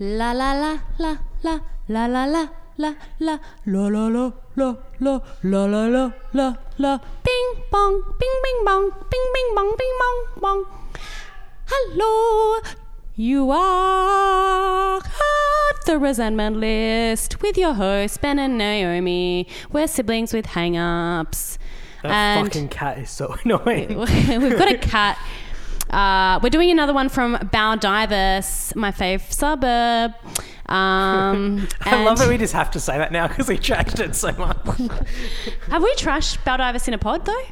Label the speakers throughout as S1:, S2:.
S1: La la la la la la la la la la la la la la la la la la la la Bing bong bing bing bong bing bing bong bing bong bong Hello you are at the resentment list with your host Ben and Naomi. We're siblings with hang-ups.
S2: That
S1: and
S2: fucking cat is so annoying.
S1: we've got a cat. Uh, we're doing another one from Baldivis, my fave suburb. Um,
S2: I love that
S1: and-
S2: we just have to say that now because we trashed it so much.
S1: Have we trashed Baldivis in a pod though?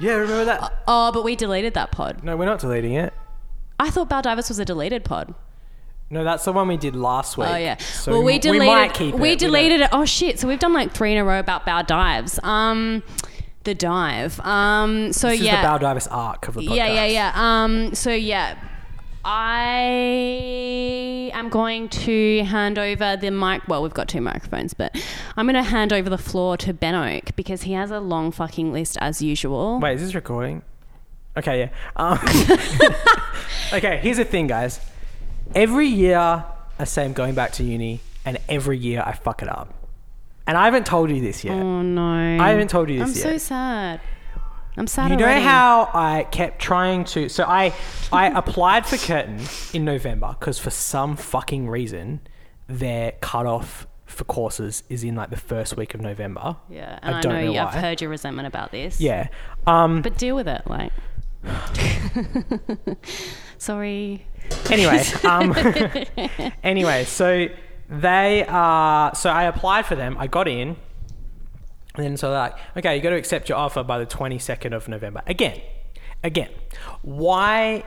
S2: yeah, remember that?
S1: Oh, but we deleted that pod.
S2: No, we're not deleting it.
S1: I thought Baldivis was a deleted pod.
S2: No, that's the one we did last week.
S1: Oh yeah.
S2: So
S1: well, we
S2: m-
S1: deleted.
S2: We might keep it.
S1: we
S2: don't-
S1: deleted it. Oh shit! So we've done like three in a row about bow dives. Um, the dive. Um, so
S2: This
S1: yeah.
S2: is the Baldivis arc of the podcast.
S1: yeah, yeah, yeah. Um, so yeah, I am going to hand over the mic. Well, we've got two microphones, but I'm going to hand over the floor to Ben Oak because he has a long fucking list as usual.
S2: Wait, is this recording? Okay, yeah. Um, okay, here's the thing, guys. Every year I say I'm going back to uni, and every year I fuck it up. And I haven't told you this yet.
S1: Oh no!
S2: I haven't told you this
S1: I'm
S2: yet.
S1: so sad. I'm sad.
S2: You know
S1: already.
S2: how I kept trying to. So I I applied for Curtain in November because for some fucking reason their cutoff for courses is in like the first week of November.
S1: Yeah, and I,
S2: I don't
S1: know,
S2: know
S1: you, I've
S2: why.
S1: heard your resentment about this.
S2: Yeah. Um,
S1: but deal with it. Like, sorry.
S2: anyway, um, anyway, so they are. So I applied for them. I got in. And then so they're like, okay, you got to accept your offer by the 22nd of November. Again, again, why?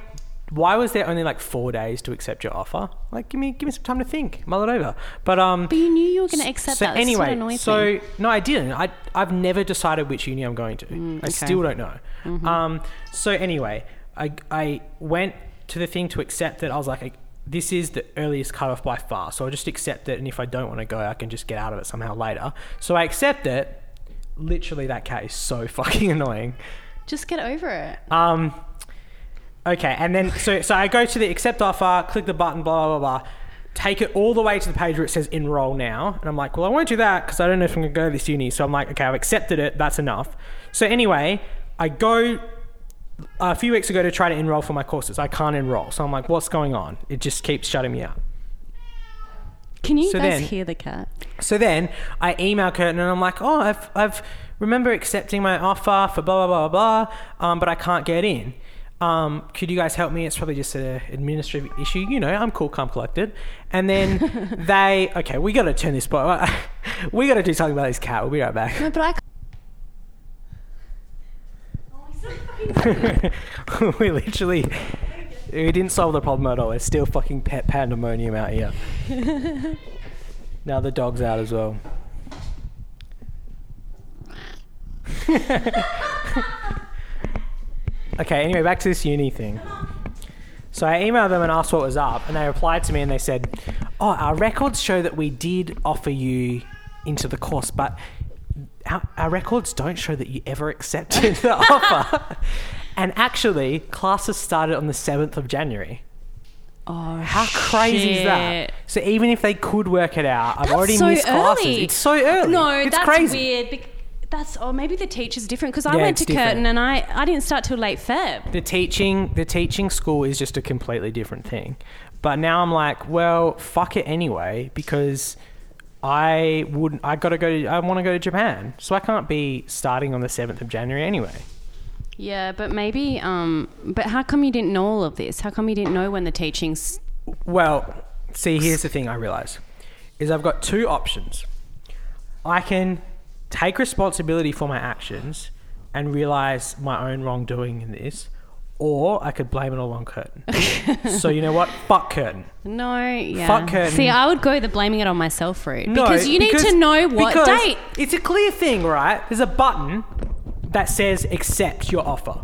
S2: Why was there only like four days to accept your offer? Like, give me give me some time to think, mull it over. But um,
S1: But you knew you were going to accept
S2: so
S1: that. That's what
S2: anyway,
S1: annoys
S2: so
S1: me.
S2: no, I didn't. I I've never decided which uni I'm going to.
S1: Mm,
S2: I still don't know.
S1: Mm-hmm.
S2: Um, so anyway, I I went to the thing to accept it. I was like, I- this is the earliest cutoff by far. So I'll just accept it, and if I don't want to go, I can just get out of it somehow later. So I accept it. Literally, that cat is so fucking annoying.
S1: Just get over it.
S2: Um, okay, and then so so I go to the accept offer, click the button, blah blah blah. blah. Take it all the way to the page where it says enroll now, and I'm like, well, I won't do that because I don't know if I'm gonna go to this uni. So I'm like, okay, I've accepted it. That's enough. So anyway, I go a few weeks ago to try to enroll for my courses. I can't enroll, so I'm like, what's going on? It just keeps shutting me out.
S1: Can you
S2: so
S1: guys
S2: then-
S1: hear the cat?
S2: So then I email Curtin and I'm like, oh, I've, I've remember accepting my offer for blah, blah, blah, blah, blah, um, but I can't get in. Um, could you guys help me? It's probably just an administrative issue. You know, I'm cool, calm, collected. And then they, okay, we got to turn this, bo- we got to do something about this cat. We'll be right back.
S1: No, but I.
S2: we literally, we didn't solve the problem at all. It's still fucking pet pandemonium out here. now the dog's out as well. okay, anyway, back to this uni thing. So I emailed them and asked what was up, and they replied to me and they said, "Oh, our records show that we did offer you into the course, but our, our records don't show that you ever accepted the offer." And actually, classes started on the seventh of January.
S1: Oh,
S2: How crazy is that? So even if they could work it out, I've already missed classes. It's so early.
S1: No,
S2: it's
S1: that's
S2: crazy.
S1: weird. bec- That's or maybe the teacher's different because I
S2: Yeah,
S1: went
S2: it's
S1: to Curtin
S2: different.
S1: and I I didn't start till late Feb.
S2: the teaching the teaching school is just a completely different thing but now i'm like well fuck it anyway because i wouldn't i gotta go to, i want to go to japan so i can't be starting on the 7th of january anyway
S1: Yeah, but maybe um, but how come you didn't know all of this? How come you didn't know when the teaching's
S2: well see here's the thing i realize is i've got two options i can take responsibility for my actions and realize my own wrongdoing in this or i could blame it all on curtain so you know what fuck curtain
S1: No, yeah.
S2: Fuck curtain.
S1: See, I would go the blaming it on myself route
S2: No,
S1: because you need
S2: because-
S1: to know what
S2: because
S1: date.
S2: It's a clear thing, right? There's a button that says accept your offer.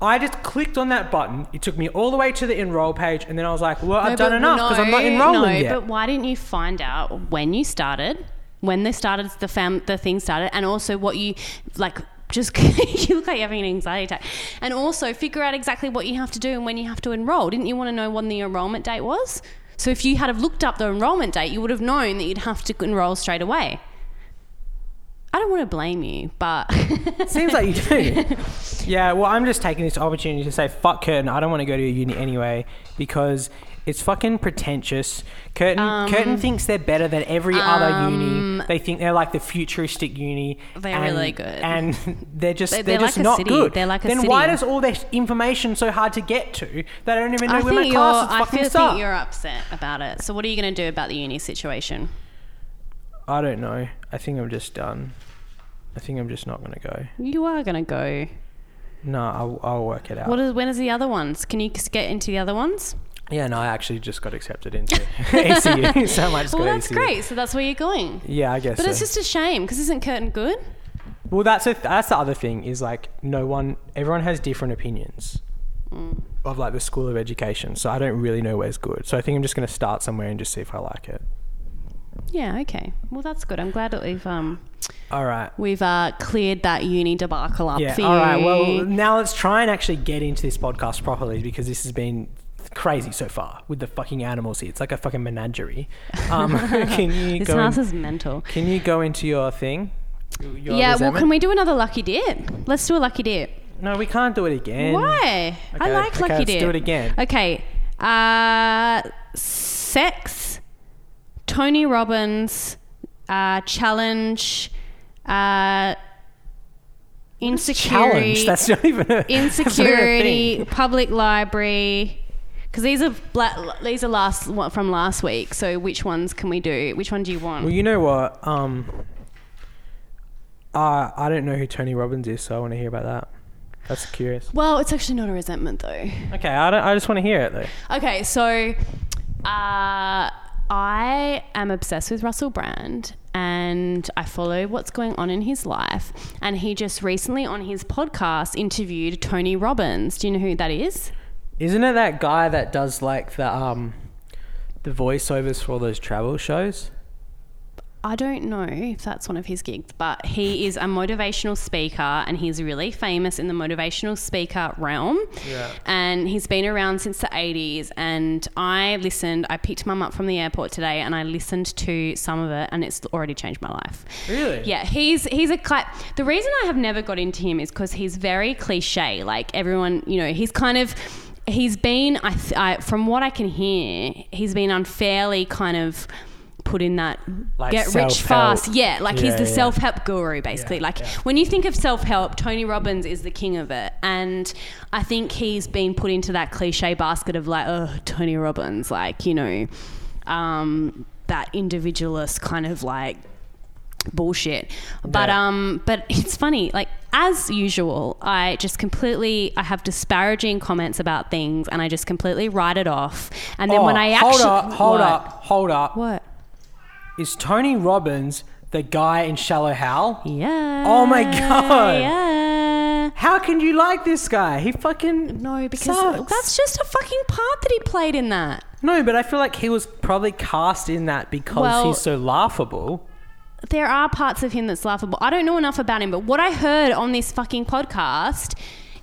S2: I just clicked on that button. It took me all the way to the enroll page, and then I was like, "Well, I've done enough because I'm not enrolling
S1: no,
S2: yet."
S1: but why didn't you find out when you started, when they started the fam, the thing started, and also what you like? Just you look like you're having an anxiety attack, and also figure out exactly what you have to do and when you have to enroll. Didn't you want to know when the enrollment date was? So if you had have looked up the enrolment date, you would have known that you'd have to enroll straight away. I don't want to blame you, but
S2: Seems like you do. yeah, well, I'm just taking this opportunity to say fuck Curtin. I don't want to go to uni anyway because it's fucking pretentious. Curtin,
S1: Um,
S2: Curtin thinks they're better than every other uni. They think they're like the futuristic uni.
S1: They're really good.
S2: And they're just
S1: They-
S2: they're,
S1: they're like
S2: just
S1: a
S2: not
S1: city.
S2: good.
S1: They're like a
S2: then
S1: city.
S2: why does all this information so hard to get to that I don't even know
S1: I
S2: where my
S1: think you're
S2: classes
S1: I
S2: fucking
S1: feel
S2: start?
S1: think you're upset about it. So what are you going to do about the uni situation?
S2: I don't know. I think I'm just done. I think I'm just not gonna go.
S1: You are going to go.
S2: No, I'll, I'll work it out.
S1: What is when is the other ones? Can you just get into the other ones?
S2: Yeah, no, I actually just got accepted into ECU, so I might just
S1: Oh, Well,
S2: go to
S1: that's
S2: ECU.
S1: great. So that's where you're going.
S2: Yeah, I guess.
S1: But
S2: so.
S1: it's just a shame because isn't Curtin good?
S2: well, that's a, that's the other thing is like no one, everyone has different opinions
S1: Mm.
S2: of like the school of education. So I don't really know where's good. So I think I'm just gonna start somewhere and just see if I like it.
S1: Yeah. Okay. Well, that's good. I'm glad that we've um
S2: All right.
S1: we've uh, cleared that uni debacle up
S2: Yeah.
S1: for you.
S2: All right. Well, now let's try and actually get into this podcast properly because this has been crazy so far with the fucking animals here. It's like a fucking menagerie. Um, can you
S1: this
S2: go?
S1: house
S2: in-
S1: is mental.
S2: can you go into your thing? Your
S1: yeah. Well,
S2: resentment?
S1: can we do another lucky dip? Let's do a lucky dip.
S2: No, we can't do it again.
S1: Why? I
S2: Okay,
S1: like
S2: okay,
S1: lucky
S2: let's
S1: dip.
S2: do it again.
S1: Okay. Uh, sex. Tony Robbins. Uh, challenge. Uh, insecurity.
S2: Challenge. That's not even a, that's not even a
S1: insecurity.
S2: thing.
S1: public library. Because these are bla- these are last what, from last week. So which ones can we do? Which one do you want?
S2: Well, you know what? Um, I I don't know who Tony Robbins is, so I want to hear about that. That's curious.
S1: well, it's actually not a resentment though.
S2: Okay, I don't, I just want to hear it though.
S1: Okay, so uh, I am obsessed with Russell Brand and I follow what's going on in his life. And he just recently on his podcast interviewed Tony Robbins. Do you know who that is?
S2: Isn't it that guy that does like the um the voiceovers for all those travel shows?
S1: I don't know if that's one of his gigs, but he is a motivational speaker and he's really famous in the motivational speaker realm.
S2: Yeah.
S1: And he's been around since the 80s. And I listened, I picked mum up from the airport today and I listened to some of it and it's already changed my life.
S2: Really?
S1: Yeah, he's he's a cla- the reason I have never got into him is because he's very cliche. Like everyone, you know, he's kind of he's been I, th- I from what I can hear, he's been unfairly kind of put in that
S2: Like
S1: get rich
S2: self-help.
S1: fast. Yeah, like he's
S2: Yeah,
S1: the
S2: yeah.
S1: self help guru basically.
S2: Yeah,
S1: like
S2: yeah.
S1: when you think of self help, Tony Robbins is the king of it, and I think he's been put into that cliche basket of like, oh, Tony Robbins, like you know, um, that individualist kind of like bullshit. But
S2: Yeah.
S1: um, but it's funny. Like as usual, I just completely I have disparaging comments about things, and I just completely write it off. And then when I
S2: Oh, hold
S1: actually
S2: up, hold
S1: What?
S2: up, hold up.
S1: what?
S2: Is Tony Robbins the guy in Shallow Hal?
S1: Yeah.
S2: Oh my God.
S1: Yeah.
S2: How can you like this guy? He fucking
S1: No, because
S2: sucks.
S1: that's just a fucking part that he played in that.
S2: No, but I feel like he was probably cast in that because
S1: Well-
S2: he's so laughable.
S1: There are parts of him that's laughable. I don't know enough about him, but what I heard on this fucking podcast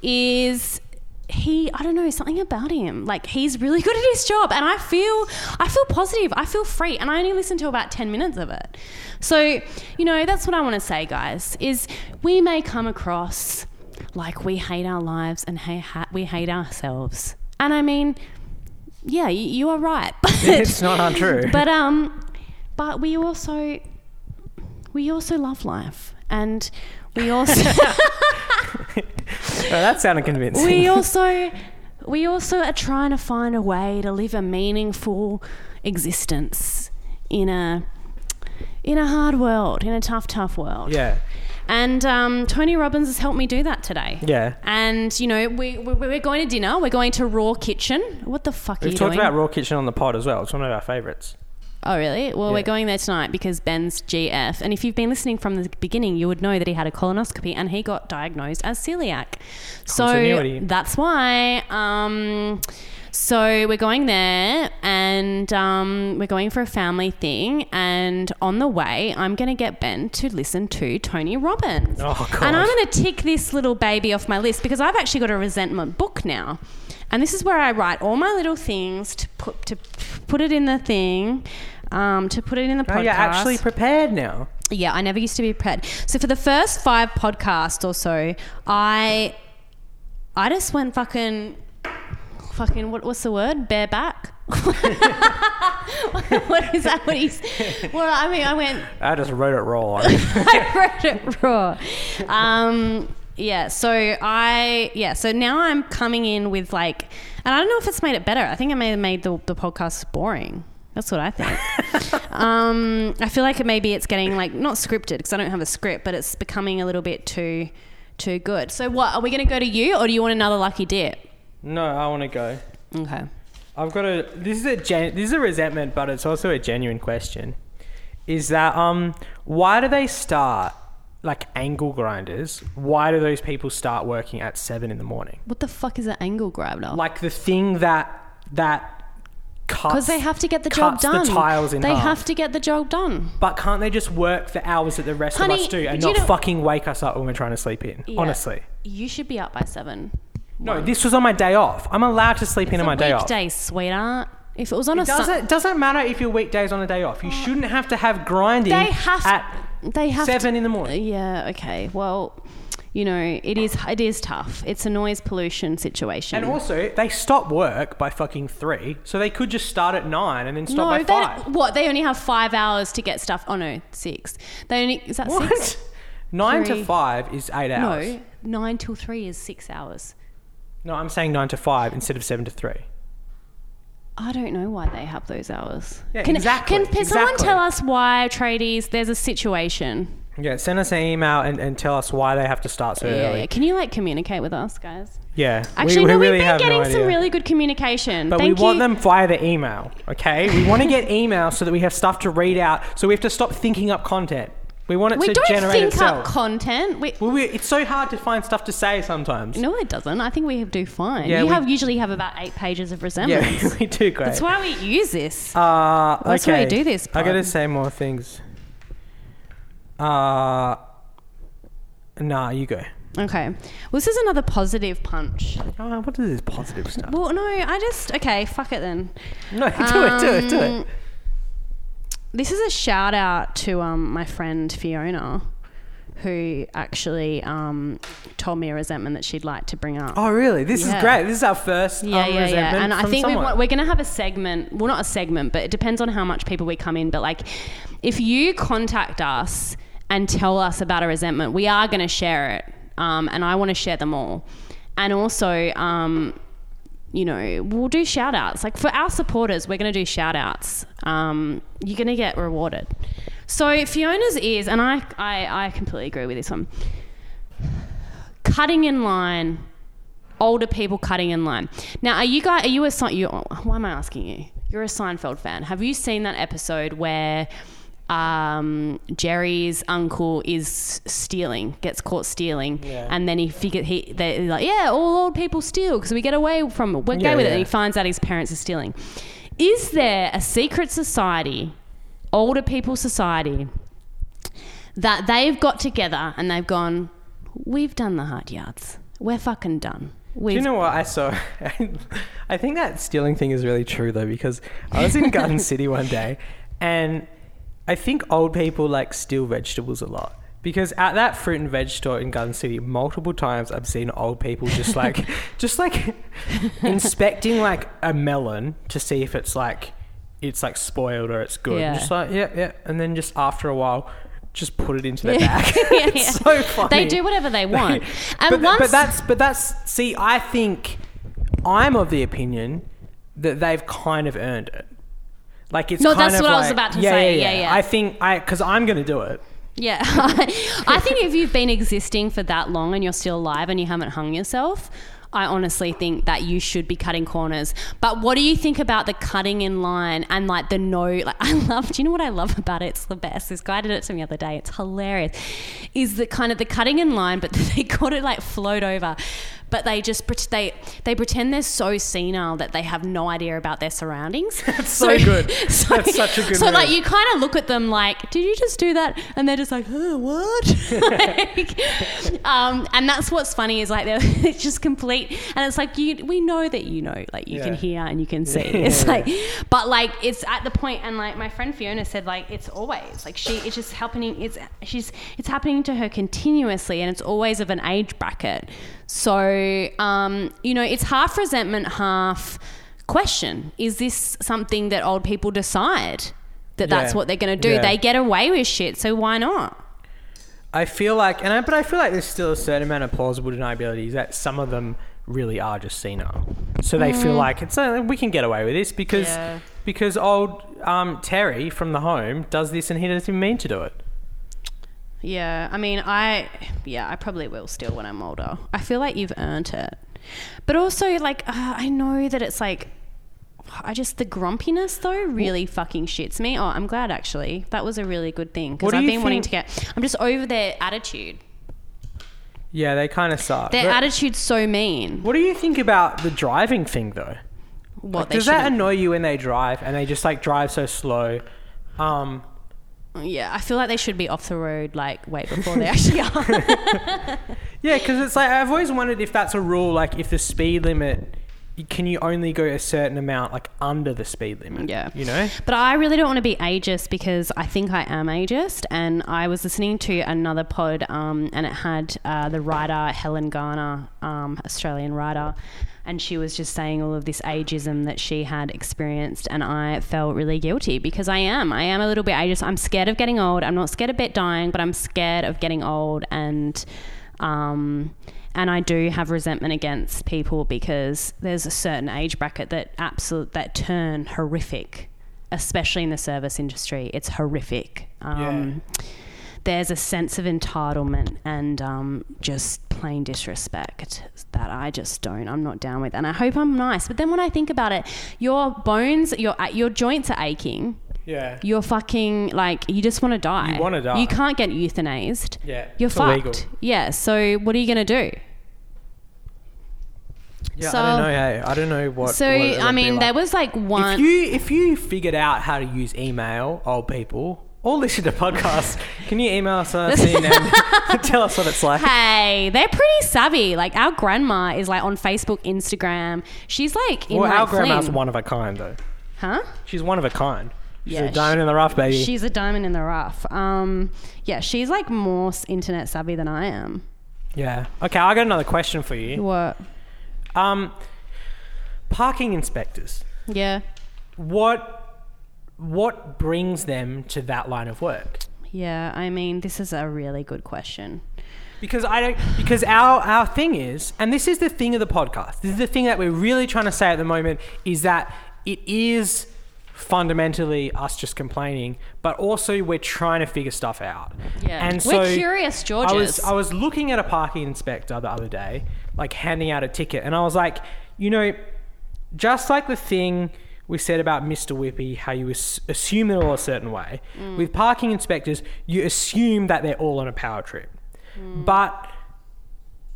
S1: is he I don't know something about him. Like he's really good at his job and I feel I feel positive. I feel free and I only listened to about 10 minutes of it. So, you know, that's what I want to say guys is we may come across like we hate our lives and ha- ha- we hate ourselves. And I mean, yeah, you, you are right.
S2: It's not untrue.
S1: But um, but we also we also love life, and we also
S2: Oh, that sounded convincing.
S1: we also we also are trying to find a way to live a meaningful existence in a in a hard world, in a tough, tough world.
S2: yeah.
S1: And um, Tony Robbins has helped me do that today.
S2: Yeah.
S1: And you know, we, we we're going to dinner. We're going to Raw Kitchen. What the fuck are
S2: We've
S1: you
S2: talked
S1: doing?
S2: about Raw Kitchen on the pod as well. It's one of our favorites.
S1: Oh, really? Well,
S2: Yeah.
S1: we're going there tonight because Ben's GF. And if you've been listening from the beginning, you would know that he had a colonoscopy and he got diagnosed as celiac. So
S2: Continuity.
S1: that's why. Um, so we're going there and um, we're going for a family thing. And on the way, I'm going to get Ben to listen to Tony Robbins.
S2: Oh, God.
S1: And I'm going to tick this little baby off my list because I've actually got a resentment book now. And this is where I write all my little things to put to put it in the thing, um, to put it in the podcast.
S2: Oh, you're actually prepared now.
S1: Yeah, I never used to be prepared. So for the first five podcasts or so, I I just went fucking fucking what what's the word? Bareback. what is that? What he's well, I mean, I went
S2: I just wrote it wrong.
S1: I wrote it raw. Um, yeah, so I yeah, so now I'm coming in with like, and I don't know if it's made it better. I think it may have made the, the podcast boring. That's what I think. um, I feel like it, maybe it's getting like not scripted because I don't have a script, but it's becoming a little bit too too good. So what are we going to go to you, or do you want another lucky dip?
S2: no, I want to go.
S1: Okay.
S2: I've got a. This is a gen, this is a resentment, but it's also a genuine question. Is that um why do they start like angle grinders? Why do those people start working at seven in the morning?
S1: What the fuck is an angle grinder?
S2: Like the thing that that cuts
S1: because they have to get the job
S2: cuts
S1: done.
S2: The tiles in
S1: they
S2: half.
S1: have to get the job done.
S2: But can't they just work the hours that the rest
S1: Honey,
S2: of us do and
S1: do you
S2: not
S1: know-
S2: fucking wake us up when we're trying to sleep in?
S1: Yeah.
S2: Honestly.
S1: you should be up by seven.
S2: No, this was on my day off. I'm allowed to sleep in on my day off.
S1: weekday, sweetheart. If it was on a Sunday,
S2: Doesn't doesn't matter if your weekday's on a day off. You shouldn't have to have grinding
S1: Uh, they have
S2: at
S1: they have
S2: seven
S1: to-
S2: in the morning.
S1: Yeah. Okay. Well, you know, it is it is tough. It's a noise pollution situation.
S2: And also, they stop work by fucking three, so they could just start at nine and then stop
S1: no,
S2: by
S1: they
S2: five.
S1: what they only have five hours to get stuff. Oh no, six. They only is that six?
S2: What? Nine
S1: Three.
S2: to five is eight hours.
S1: No, nine till three is six hours.
S2: No, I'm saying nine to five instead of seven to three.
S1: I don't know why they have those hours.
S2: Yeah,
S1: can,
S2: exactly,
S1: Can, can someone
S2: exactly.
S1: tell us why, tradies? There's a situation.
S2: Yeah, send us an email and, and tell us why they have to start so
S1: Yeah,
S2: early.
S1: yeah. Can you like communicate with us, guys?
S2: Yeah.
S1: Actually, no,
S2: really
S1: we've been
S2: have no
S1: getting some
S2: idea.
S1: really good communication.
S2: But
S1: Thank
S2: we want
S1: you.
S2: them via the email, okay? We want to get email so that we have stuff to read out, so we have to stop thinking up content. We want it
S1: We
S2: to
S1: don't
S2: generate
S1: think
S2: itself.
S1: up content. We,
S2: well, we, it's so hard to find stuff to say sometimes.
S1: no, it doesn't. I think we do fine.
S2: Yeah,
S1: you
S2: we-
S1: have usually have about eight pages of resemblance.
S2: Yeah, we do great.
S1: That's why we use this.
S2: Uh,
S1: That's why
S2: okay.
S1: we do this,
S2: I gotta
S1: Pod.
S2: say more things. Uh, nah, you go.
S1: Okay. Well, this is another positive punch.
S2: Oh, what is this positive stuff?
S1: Well, no, I just okay. Fuck it then.
S2: No, do it, do it, do it.
S1: Um, This is a shout out to um, my friend Fiona, who actually um, told me a resentment that she'd like to bring up.
S2: Oh, really? This
S1: yeah.
S2: is great. This is our first um,
S1: yeah, yeah, yeah.
S2: resentment
S1: And I
S2: from
S1: think we
S2: someone.
S1: want, we're going to have a segment. Well, not a segment, but it depends on how much people we come in. But like, if you contact us and tell us about a resentment, we are going to share it. Um, and I want to share them all. And also, um, you know, we'll do shout outs. Like for our supporters, we're going to do shout outs. Um, you're going to get rewarded. So Fiona's is, and I, I, I completely agree with this one. Cutting in line, older people cutting in line. Now, are you guys? Are you a Sein- you? Why am I asking you? You're a Seinfeld fan. Have you seen that episode where um, Jerry's uncle is stealing, gets caught stealing,
S2: Yeah.
S1: and then he figure he they're like, yeah, all old people steal because we get away from it. We're okay
S2: Yeah,
S1: with it,
S2: yeah.
S1: and he finds out his parents are stealing. Is there a secret society, older people society, that they've got together and they've gone, we've done the hard yards. We're fucking done. We've
S2: Do you know what I saw? I think that stealing thing is really true though, because I was in Garden City one day, and I think old people like steal vegetables a lot. Because at that fruit and veg store in Garden City, multiple times I've seen old people just like, just like inspecting like a melon to see if it's like, it's like spoiled or it's good.
S1: Yeah.
S2: Just like, yeah, yeah. And then just after a while, just put it into their
S1: Yeah.
S2: bag.
S1: Yeah,
S2: it's
S1: yeah.
S2: so funny.
S1: They do whatever they want. And
S2: but,
S1: once
S2: but that's but that's see, I think I'm of the opinion that they've kind of earned it. Like it's
S1: No,
S2: kind
S1: that's
S2: of
S1: what I was
S2: like-
S1: about to say. Yeah, yeah.
S2: I think I because I'm gonna do it.
S1: Yeah. I think if you've been existing for that long and you're still alive and you haven't hung yourself, I honestly think that you should be cutting corners. But what do you think about the cutting in line and like the no? Like, I love, do you know what I love about it? It's the best. This guy did it to me the other day. It's hilarious. Is the kind of the cutting in line, but they got it like float over. but they just pret- they they pretend they're so senile that they have no idea about their surroundings. That's
S2: so good. That's such a good
S1: So like
S2: move.
S1: you kind of look at them like, did you just do that? And they're just like, huh, what? like, um, and that's what's funny is like they're it's just complete, and it's like you we know that you know, like you can
S2: Yeah.
S1: hear and you can see. It's like, but like it's at the point, and like my friend Fiona said, like it's always like she it's just happening. It's she's it's happening to her continuously, and it's always of an age bracket. So um, you know, it's half resentment, half question. Is this something that old people decide that that's
S2: Yeah.
S1: what they're going to do?
S2: Yeah.
S1: They get away with shit, so why not?
S2: I feel like, and I, but I feel like there's still a certain amount of plausible deniability that some of them really are just senile. So they feel like it's uh, we can get away with this because
S1: Mm. Yeah.
S2: because old um, Terry from the home does this and he doesn't even mean to do it.
S1: Yeah, I mean, I yeah, I probably will still when I'm older. I feel like you've earned it, but also like uh, I know that it's like I just the grumpiness though really fucking shits me. Oh, I'm glad actually that was a really good thing because
S2: What do
S1: I've been
S2: you
S1: wanting to
S2: think-
S1: get. I'm just over their attitude.
S2: Yeah, they kind of suck.
S1: Their
S2: But
S1: attitude's so mean.
S2: what do you think about the driving thing though?
S1: What
S2: Like,
S1: they
S2: does that
S1: shouldn't-
S2: annoy you when they drive and they just like drive so slow? Um,
S1: yeah, I feel like they should be off the road like way before they actually are.
S2: Yeah, because it's like I've always wondered if that's a rule. Like, if the speed limit, y- can you only go a certain amount, like under the speed limit?
S1: Yeah.
S2: you know.
S1: But I really don't want to be ageist because I think I am ageist. And I was listening to another pod, um, and it had uh, the writer Helen Garner, um, Australian writer, and she was just saying all of this ageism that she had experienced. And I felt really guilty because I am. I am a little bit ageist. I'm scared of getting old. I'm not scared of bit dying, but I'm scared of getting old and. Um, and I do have resentment against people because there's a certain age bracket that absolute that turn horrific, especially in the service industry. It's horrific. Um, There's a sense of entitlement and um, just plain disrespect that I just don't. I'm not down with, and I hope I'm nice. But then when I think about it, your bones, your your joints are aching.
S2: Yeah.
S1: You're fucking like you just want to die.
S2: You wanna die.
S1: You can't get euthanized.
S2: Yeah,
S1: You're
S2: it's
S1: fucked.
S2: illegal.
S1: Yeah. So what are you gonna do?
S2: yeah,
S1: so-
S2: I don't know. Hey, I don't know what.
S1: So
S2: what it would
S1: I
S2: be
S1: mean,
S2: like.
S1: there was like
S2: If
S1: one.
S2: you if you figured out how to use email, old people, or listen to podcasts, can you email us uh, see and tell us what it's like?
S1: hey, they're pretty savvy. Like our grandma is like on Facebook, Instagram. She's like in
S2: Well,
S1: like,
S2: our grandma's
S1: Fling.
S2: one of a kind, though.
S1: Huh?
S2: She's one of a kind. She's
S1: Yeah,
S2: a diamond
S1: she-
S2: in the rough, baby.
S1: She's a diamond in the rough. Um, yeah, she's like more s- internet savvy than I am.
S2: yeah. Okay, I got another question for you.
S1: What?
S2: Um, parking inspectors.
S1: Yeah.
S2: what what brings them to that line of work
S1: Yeah. I mean, this is a really good question.
S2: because i don't because our our thing is and this is the thing of the podcast this is the thing that we're really trying to say at the moment is that it is fundamentally us just complaining but also we're trying to figure stuff out
S1: Yeah.
S2: and so
S1: We're curious, Georges.
S2: I was I was looking at a parking inspector the other day, like handing out a ticket, and I was like, you know, just like the thing we said about Mr. Whippy, how you as- assume they're all a certain way.
S1: Mm.
S2: With parking inspectors, you assume that they're all on a power trip,
S1: Mm.
S2: but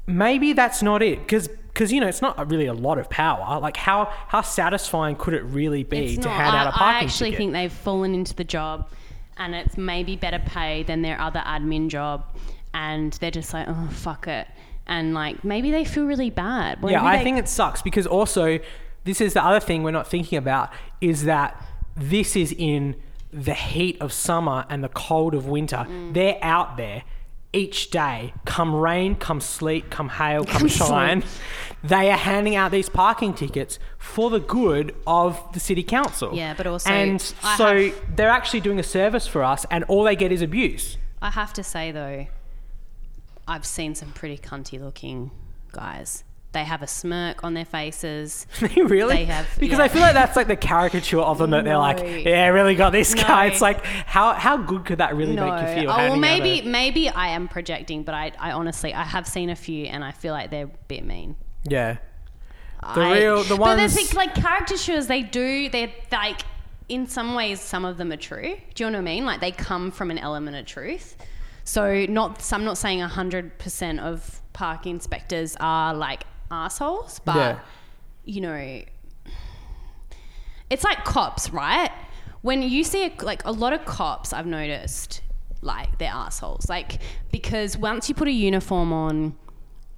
S2: maybe that's not it because. Because you know it's not really a lot of power. Like how how satisfying could it really be
S1: It's
S2: to
S1: not.
S2: hand
S1: I,
S2: out a
S1: I
S2: parking
S1: actually
S2: ticket?
S1: think they've fallen into the job and it's maybe better paid than their other admin job and they're just like, oh, fuck it. And like maybe they feel really bad. Maybe
S2: Yeah, I
S1: they-
S2: think it sucks because also this is the other thing we're not thinking about is that this is in the heat of summer and the cold of winter.
S1: Mm.
S2: They're out there each day, come rain, come sleet, come hail, come, shine. They are handing out these parking tickets for the good of the city council.
S1: Yeah, but also
S2: and
S1: I
S2: so they're actually doing a service for us, and all they get is abuse.
S1: I have to say though, I've seen some pretty cunty looking guys. They have a smirk on their faces.
S2: really?
S1: They have-
S2: because
S1: yeah.
S2: I feel like that's like the caricature of them that they're
S1: No.
S2: like, yeah, I really got this
S1: No.
S2: guy. It's like, how how good could that really
S1: no.
S2: make you
S1: Oh,
S2: feel?
S1: well,
S2: handing out
S1: maybe maybe I am projecting, but I, I honestly I have seen a few and I feel like they're a bit mean.
S2: a- yeah, the
S1: I-
S2: real the
S1: But
S2: ones.
S1: there's like, like caricatures. They do. They're like in some ways, some of them are true. Do you know what I mean? Like they come from an element of truth. So not. So I'm not saying hundred percent of park inspectors are like assholes, but
S2: Yeah.
S1: you know, it's like cops, right? When you see a, like a lot of cops, I've noticed like they're assholes, like because once you put a uniform on,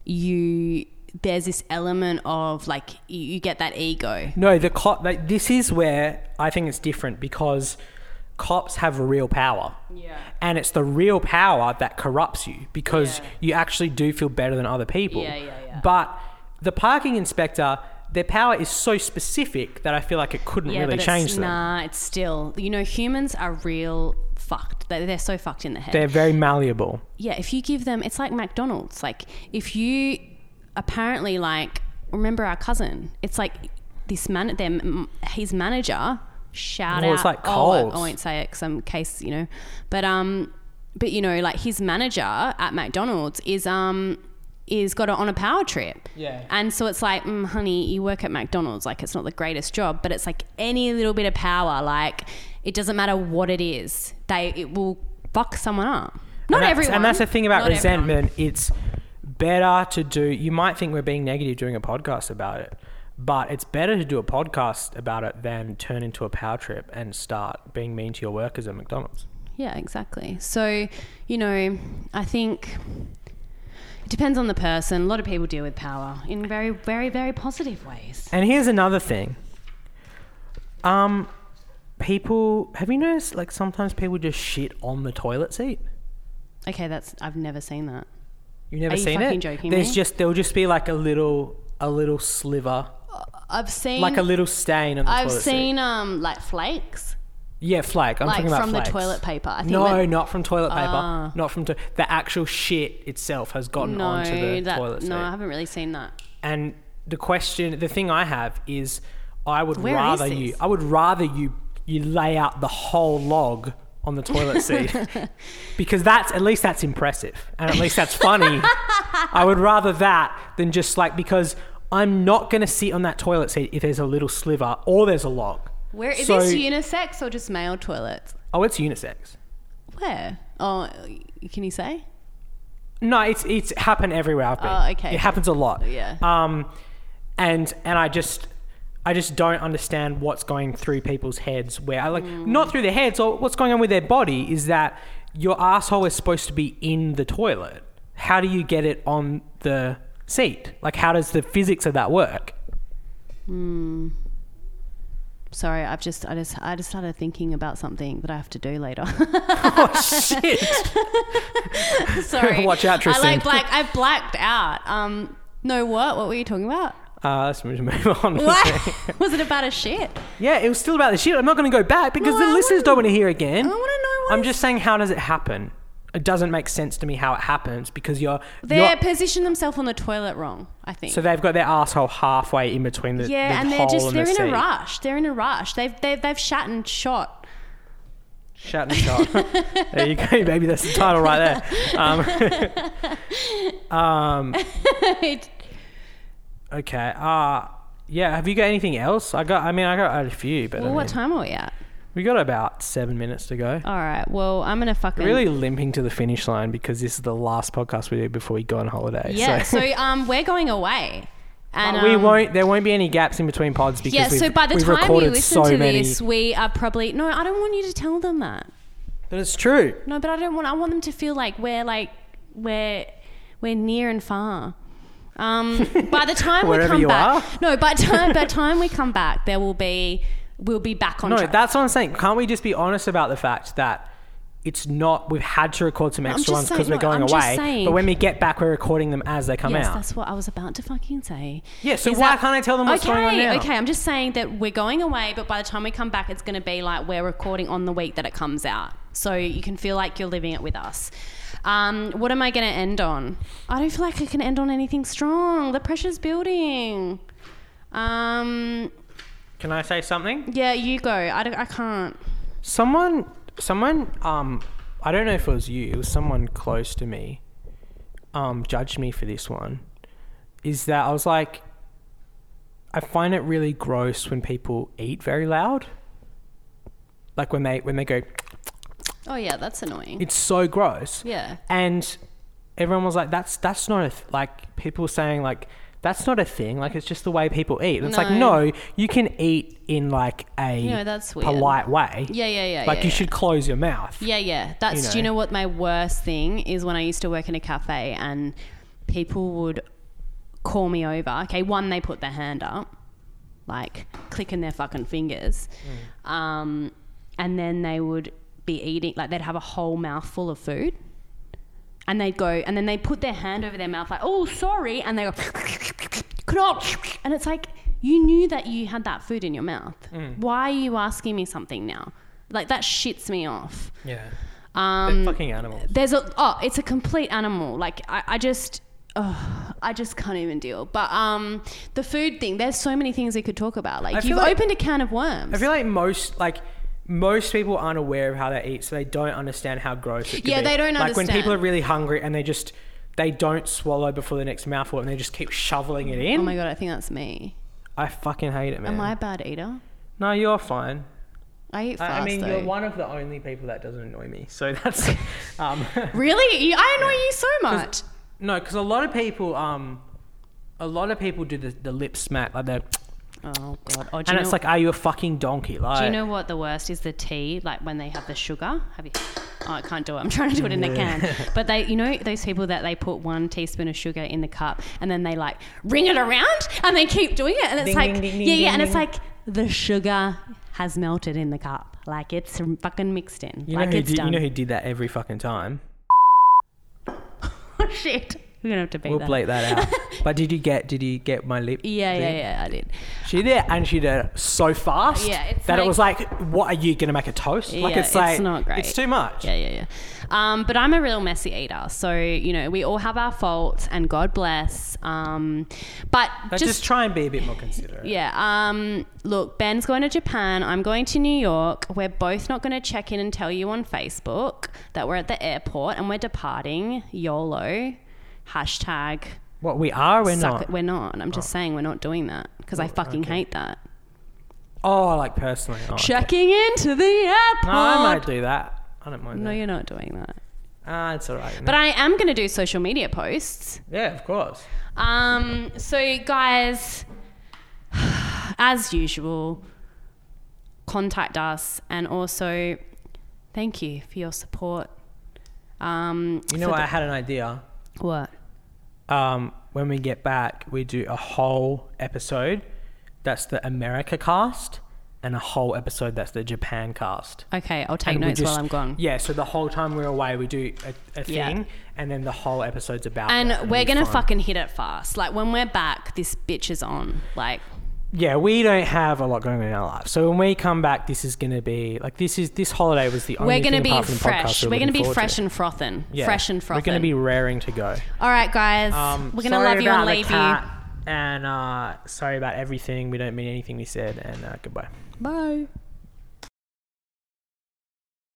S1: you there's this element of like you, you get that ego.
S2: No, the cop. Like, this is where I think it's different because cops have real power.
S1: Yeah.
S2: And it's the real power that corrupts you because
S1: Yeah.
S2: you actually do feel better than other people.
S1: Yeah, yeah, yeah.
S2: But the parking inspector, their power is so specific that I feel like it couldn't really
S1: but
S2: change
S1: it's,
S2: them.
S1: Nah, it's still you know humans are real fucked. They- They're so fucked in the head.
S2: They're very malleable.
S1: yeah, if you give them, it's like McDonald's. Like, if you apparently like remember our cousin, it's like this man, their m- his manager, shout
S2: Well,
S1: out.
S2: it's like
S1: oh, I-
S2: Coles.
S1: I won't say it because I'm case you know, but um, but you know, like his manager at McDonald's is um is got a, on a power trip.
S2: Yeah.
S1: And so it's like, mm, honey, you work at McDonald's. Like, it's not the greatest job, but it's like any little bit of power, like, it doesn't matter what it is, they it will fuck someone up. Not
S2: and that's,
S1: everyone.
S2: And that's the thing about
S1: Not everyone.
S2: resentment. It's better to do. You might think we're being negative doing a podcast about it, but it's better to do a podcast about it than turn into a power trip and start being mean to your workers at McDonald's.
S1: Yeah, exactly. So, you know, I think it depends on the person. A lot of people deal with power in very, very, very positive ways.
S2: And here's another thing. Um, people, have you noticed like sometimes people just shit on the toilet seat?
S1: Okay, that's I've never seen that.
S2: You've never
S1: Are you
S2: seen
S1: fucking
S2: it.
S1: joking
S2: There's
S1: me?
S2: just there'll just be like a little a little sliver,
S1: I've seen
S2: like a little stain on the
S1: I've
S2: toilet seat.
S1: seen um like flakes,
S2: Yeah, flake. I'm
S1: like
S2: talking about
S1: from
S2: flakes.
S1: the toilet paper. I think
S2: No,
S1: when-
S2: not from toilet paper.
S1: Ah.
S2: Not from to- the actual shit itself has gotten
S1: no,
S2: onto the
S1: that,
S2: toilet seat.
S1: no, I haven't really seen that.
S2: And the question, the thing I have is, I would
S1: Where is
S2: rather
S1: this?
S2: you. I would rather you you lay out the whole log on the toilet seat because that's at least that's impressive and at least that's funny. I would rather that than just like because I'm not going to sit on that toilet seat if there's a little sliver or there's a log.
S1: Where is
S2: So-
S1: this unisex or just male toilets?
S2: Oh, it's unisex.
S1: Where? Oh, can you say?
S2: No, it's it's happened everywhere I've been.
S1: Oh, okay.
S2: It happens a lot.
S1: Yeah.
S2: Um, and and I just I just don't understand what's going through people's heads. Where I like
S1: Mm.
S2: not through their heads or what's going on with their body is that your asshole is supposed to be in the toilet. How do you get it on the seat? Like, how does the physics of that work?
S1: Sorry, I've just I just I just started thinking about something that I have to do later.
S2: oh shit!
S1: Sorry.
S2: Watch out, Tristan.
S1: I like black. I blacked out. Um, no, what? What were you talking about?
S2: Uh, let's move move on.
S1: What? was it about a shit?
S2: Yeah, it was still about the shit. I'm not going to go back because
S1: No,
S2: the
S1: I
S2: listeners don't want
S1: wanna-
S2: to hear again.
S1: I wanna know what
S2: I'm
S1: is-
S2: just saying, how does it happen? It doesn't make sense to me how it happens because you're.
S1: They
S2: you're-
S1: positioned themselves on the toilet wrong. I think.
S2: so they've got their asshole halfway in between the
S1: yeah,
S2: the
S1: and they're
S2: hole
S1: just
S2: and
S1: they're
S2: the
S1: in
S2: seat.
S1: a rush. They're in a rush. They've they've they've shat and shot.
S2: Shut and shot. there you go, baby. That's the title right there. Um, um, okay. Uh, yeah. Have you got anything else? I got. I mean, I got a few, but I
S1: well,
S2: mean,
S1: what time are we at?
S2: we got about seven minutes to go.
S1: All right. Well, I'm gonna fucking
S2: Really limping to the finish line because this is the last podcast we do before we go on holiday.
S1: Yeah.
S2: so-
S1: So, um, we're going away. And
S2: we
S1: um,
S2: won't. There won't be any gaps in between pods because
S1: Yeah.
S2: we've,
S1: So by the
S2: we've
S1: time
S2: recorded
S1: you listen
S2: so
S1: to
S2: many.
S1: this, we are probably no. I don't want you to tell them that.
S2: But it's true.
S1: No, but I don't want. I want them to feel like we're like we're we're near and far. Um, by the time we
S2: Wherever
S1: come
S2: you
S1: back,
S2: are.
S1: no. By time by time we come back, there will be we'll be back on
S2: No,
S1: track.
S2: that's what I'm saying. Can't we just be honest about the fact that it's not? We've had to record some extra
S1: just
S2: ones
S1: saying-
S2: because we're
S1: no,
S2: going
S1: I'm just
S2: away.
S1: saying-
S2: But when we get back, we're recording them as they come
S1: yes,
S2: out.
S1: that's what I was about to fucking say.
S2: Yeah, so
S1: Is
S2: why can't I tell them what's
S1: okay,
S2: going on now?
S1: Okay, I'm just saying that we're going away, but by the time we come back, it's going to be like we're recording on the week that it comes out, so you can feel like you're living it with us. Um, what am I going to end on? I don't feel like I can end on anything strong. The pressure's building. Um,
S2: Can I say something?
S1: yeah, you go. I, don't- I can't.
S2: someone someone um i don't know if it was you it was someone close to me um judged me for this one is that i was like i find it really gross when people eat very loud like when they when they go
S1: Oh yeah, that's annoying.
S2: it's so gross
S1: Yeah.
S2: and everyone was like that's that's not a th- like people were saying like that's not a thing. Like it's just the way people eat. It's like
S1: No.
S2: no, you can eat in like a
S1: No, that's weird.
S2: polite way.
S1: Yeah, yeah, yeah.
S2: Like
S1: yeah,
S2: you
S1: yeah.
S2: should close your mouth.
S1: Yeah, yeah. That's.
S2: know.
S1: Do you know what my worst thing is? When I used to work in a cafe and people would call me over. Okay, one, they put their hand up, like clicking their fucking fingers, um, and then they would be eating. Like they'd have a whole mouthful of food. And they'd go, and then they put their hand over their mouth, like, oh, sorry. And they go, "Cannot." and it's like, you knew that you had that food in your mouth. Why are you asking me something now? Like, that shits me off.
S2: Yeah.
S1: Um,
S2: They're fucking animals.
S1: There's a oh, it's a complete animal. Like I, I just. Oh, I just can't even deal. But um, the food thing, there's so many things we could talk about. Like
S2: I feel
S1: you've
S2: like-
S1: opened a can of worms.
S2: I feel like most like most people aren't aware of how they eat, so they don't understand how gross it. Can
S1: Yeah,
S2: be.
S1: they don't
S2: Like when people
S1: understand.
S2: are really hungry and they just they don't swallow before the next mouthful and they just keep shoveling it in.
S1: oh my god, I think that's me.
S2: I fucking hate it, man.
S1: Am I a bad eater?
S2: No, you're fine.
S1: I eat
S2: I,
S1: fast.
S2: I mean,
S1: though.
S2: you're one of the only people that doesn't annoy me, so that's um,
S1: really? You, I annoy you so much.
S2: no, because a lot of people um, a lot of people do the, the lip smack like that,
S1: Oh god. Oh, do
S2: and
S1: you
S2: it's
S1: know-
S2: like, are you a fucking donkey? Like,
S1: Do you know what the worst is? The tea, like when they have the sugar. Have you? Oh, I can't do it. I'm trying to do it in a can. But they, you know, those people that they put one teaspoon of sugar in the cup and then they like ring it around and they keep doing it, and it's
S2: Ding,
S1: like,
S2: ding, ding,
S1: yeah,
S2: ding,
S1: yeah,
S2: ding,
S1: and it's
S2: ding.
S1: like the sugar has melted in the cup, like it's fucking mixed in,
S2: you know
S1: like
S2: who
S1: it's
S2: did, you
S1: done.
S2: know who did that every fucking time?
S1: oh shit, we're gonna have to beat
S2: We'll
S1: that.
S2: bleep that out. but did you get did you get my lip?
S1: Yeah, yeah,
S2: thing?
S1: yeah. I did.
S2: She did, it, and she did it so fast
S1: Yeah, it's
S2: that it
S1: like-
S2: was like, what are you gonna make a toast? like
S1: Yeah,
S2: it's
S1: it's
S2: like
S1: not great.
S2: It's too much.
S1: Yeah, yeah, yeah. Um, but I'm a real messy eater, so you know we all have our faults, and God bless. Um, but
S2: But just,
S1: just
S2: try and be a bit more considerate.
S1: Yeah. Um, look, Ben's going to Japan. I'm going to New York. We're both not going to check in and tell you on Facebook that we're at the airport and we're departing. YOLO. Hashtag.
S2: What we are, we're
S1: suck
S2: not.
S1: It. We're not. I'm just saying we're not doing that because I fucking hate that.
S2: Oh, like personally. Oh, okay.
S1: Checking into the airport.
S2: No, I might do that. I don't mind.
S1: no,
S2: that.
S1: you're not doing that.
S2: Ah, it's all right.
S1: But I am going to do social media posts.
S2: yeah, of course.
S1: Um, so, guys, as usual, contact us and also thank you for your support. Um,
S2: You know,
S1: for
S2: what? I had an idea.
S1: the- what?
S2: Um, when we get back, we do a whole episode that's the America cast, and a whole episode that's the Japan cast.
S1: Okay, I'll take
S2: And we
S1: notes
S2: just-
S1: while I'm gone.
S2: Yeah, so the whole time we're away, we do a, a
S1: Yeah.
S2: thing, and then the whole episode's about. that,
S1: And we're
S2: it'll be
S1: gonna
S2: fun.
S1: fucking hit it fast. Like when we're back, this bitch is on. Like
S2: Yeah, we don't have a lot going on in our life, so when we come back, this is gonna be like this is this holiday was the only
S1: we're gonna
S2: thing
S1: be
S2: apart from the podcast
S1: fresh.
S2: we
S1: We're gonna
S2: looking
S1: be
S2: forward
S1: fresh
S2: to.
S1: and frothing.
S2: Yeah.
S1: Fresh and
S2: We're
S1: frothing.
S2: gonna be raring to go.
S1: All right, guys.
S2: Um,
S1: we're gonna
S2: sorry
S1: love you and
S2: about the
S1: leave
S2: cat, And uh, sorry about everything. We don't mean anything we said. And uh,
S1: you.
S2: goodbye.
S1: Bye.